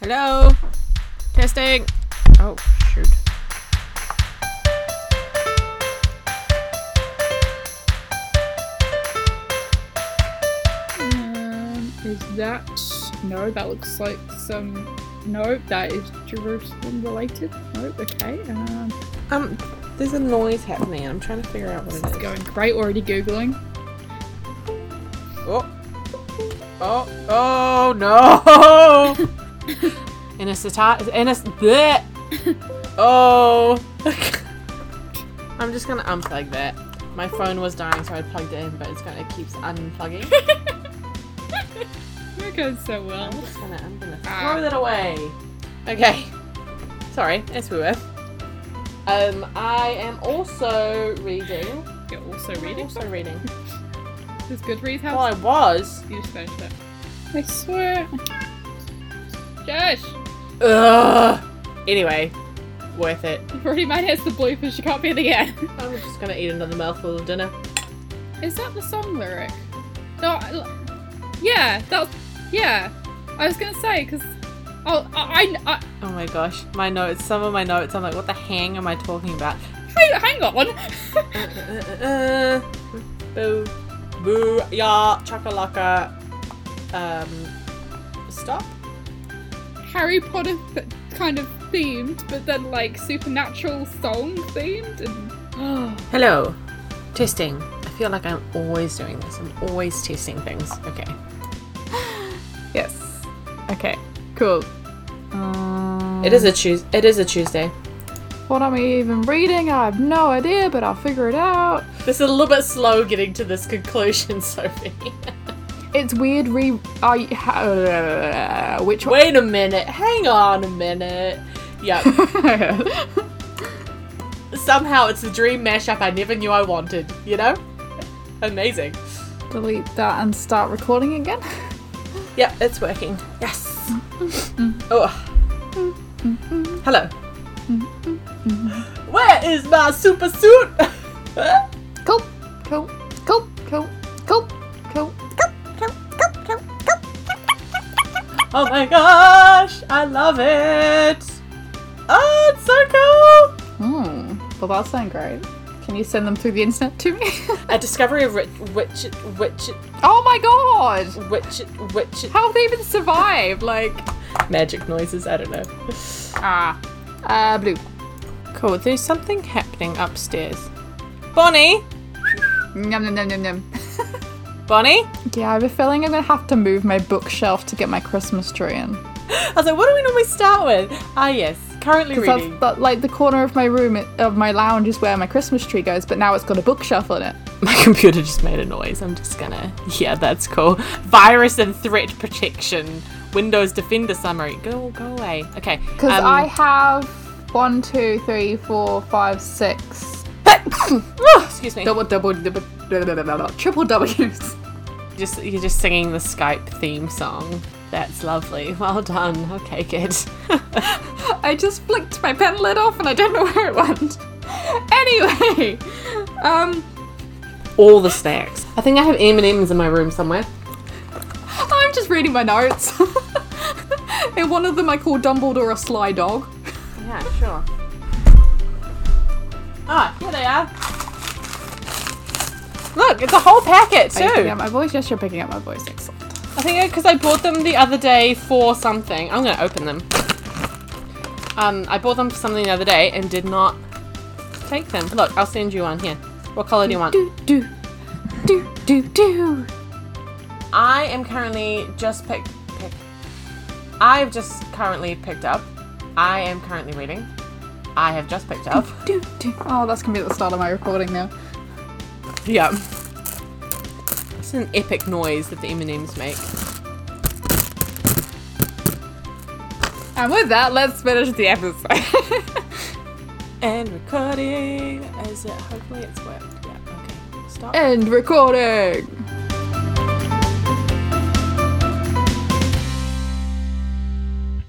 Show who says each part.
Speaker 1: Hello. Testing. Oh shoot.
Speaker 2: Um, is that no? That looks like some. No, that is Jerusalem related. No, okay. Um,
Speaker 1: Um, there's a noise happening. I'm trying to figure out what
Speaker 2: this
Speaker 1: it
Speaker 2: is
Speaker 1: is.
Speaker 2: going great. Already googling.
Speaker 1: Oh. Oh. Oh no. in a sata- in a s- bleh. Oh. I'm just gonna unplug that. My phone was dying, so I plugged it in, but it's gonna it keeps unplugging.
Speaker 2: That goes so
Speaker 1: I'm
Speaker 2: well.
Speaker 1: just gonna I'm gonna
Speaker 2: Ah.
Speaker 1: throw that away. Okay. Sorry, that's we were. Um, I am also reading.
Speaker 2: You're also
Speaker 1: I'm
Speaker 2: reading.
Speaker 1: also reading.
Speaker 2: This Goodreads
Speaker 1: Well,
Speaker 2: house.
Speaker 1: I was.
Speaker 2: You just finished it. I swear. Josh,
Speaker 1: Ugh. Anyway, worth it.
Speaker 2: you've already minus the bluefish. You can't be the end.
Speaker 1: I'm just gonna eat another mouthful of dinner.
Speaker 2: Is that the song lyric? No, I- yeah, that's yeah. I was gonna say because oh, I, I,
Speaker 1: Oh my gosh, my notes. Some of my notes. I'm like, what the hang am I talking about?
Speaker 2: I hang, hang on.
Speaker 1: Uh, uh, uh, boo, boo, ya, chakalaka. Um, stop.
Speaker 2: Harry Potter th- kind of themed, but then like supernatural song themed, and
Speaker 1: Hello. Testing. I feel like I'm always doing this. I'm always testing things. Okay.
Speaker 2: yes, okay, cool. Um,
Speaker 1: It is a Tues. It is a Tuesday.
Speaker 2: What am I even reading? I have no idea, but I'll figure it out.
Speaker 1: This is a little bit slow getting to this conclusion, Sophie.
Speaker 2: It's weird. Re, I, uh, which one?
Speaker 1: Wait a minute. Hang on a minute. Yep. somehow it's the dream mashup I never knew I wanted, you know? Amazing.
Speaker 2: Delete that and start recording again.
Speaker 1: Yep, it's working. Yes. oh. Hello. Where is my super suit?
Speaker 2: Cool, cool, cool, cool, cool, cool.
Speaker 1: oh my gosh, I love it. Oh, it's so cool.
Speaker 2: Hmm. Well, that sounds great. Can you send them through the internet to me?
Speaker 1: A discovery of rich, witch, witch,
Speaker 2: oh my god!
Speaker 1: witch, witch,
Speaker 2: How have they even survived? Like,
Speaker 1: magic noises. I don't know.
Speaker 2: ah, uh, blue.
Speaker 1: Cool. There's something happening upstairs. Bonnie,
Speaker 2: Nom nom nom nom nom.
Speaker 1: Bonnie.
Speaker 2: Yeah, I have a feeling I'm gonna have to move my bookshelf to get my Christmas tree in.
Speaker 1: I was like, what do we normally start with? Ah, yes, currently
Speaker 2: Because
Speaker 1: reading.
Speaker 2: that's that, like the corner of my room, of my lounge, is where my Christmas tree goes. But now it's got a bookshelf on it.
Speaker 1: My computer just made a noise. I'm just gonna. Yeah, that's cool. Virus and threat protection. Windows Defender summary. Go, go away. Okay.
Speaker 2: Because
Speaker 1: um,
Speaker 2: I have one, two, three, four, five, six.
Speaker 1: Oh, excuse me.
Speaker 2: double, double, double, double, double, double, triple W's.
Speaker 1: Just you're just singing the Skype theme song. That's lovely. Well done. Okay, good.
Speaker 2: I just flicked my pen lid off and I don't know where it went. Anyway, um,
Speaker 1: All the snacks. I think I have M and M's in my room somewhere.
Speaker 2: I'm just reading my notes. In one of them, I call Dumbledore a sly dog.
Speaker 1: Yeah, sure. Ah, here they are. Look, it's a whole packet too.
Speaker 2: Are you picking up my voice? Yes, you're picking up my voice. Excellent.
Speaker 1: I think because I bought them the other day for something. I'm gonna open them. Um, I bought them for something the other day and did not take them. Look, I'll send you one here. What color do you want?
Speaker 2: Do do do do do.
Speaker 1: I am currently just pick. pick I've just currently picked up. I am currently reading. I have just picked up.
Speaker 2: Do, do. Oh, that's gonna be at the start of my recording now.
Speaker 1: Yeah. It's an epic noise that the M&Ms make.
Speaker 2: And with that, let's finish the episode.
Speaker 1: And recording. Is it? Hopefully it's worked. Yeah. Okay. Stop.
Speaker 2: End recording.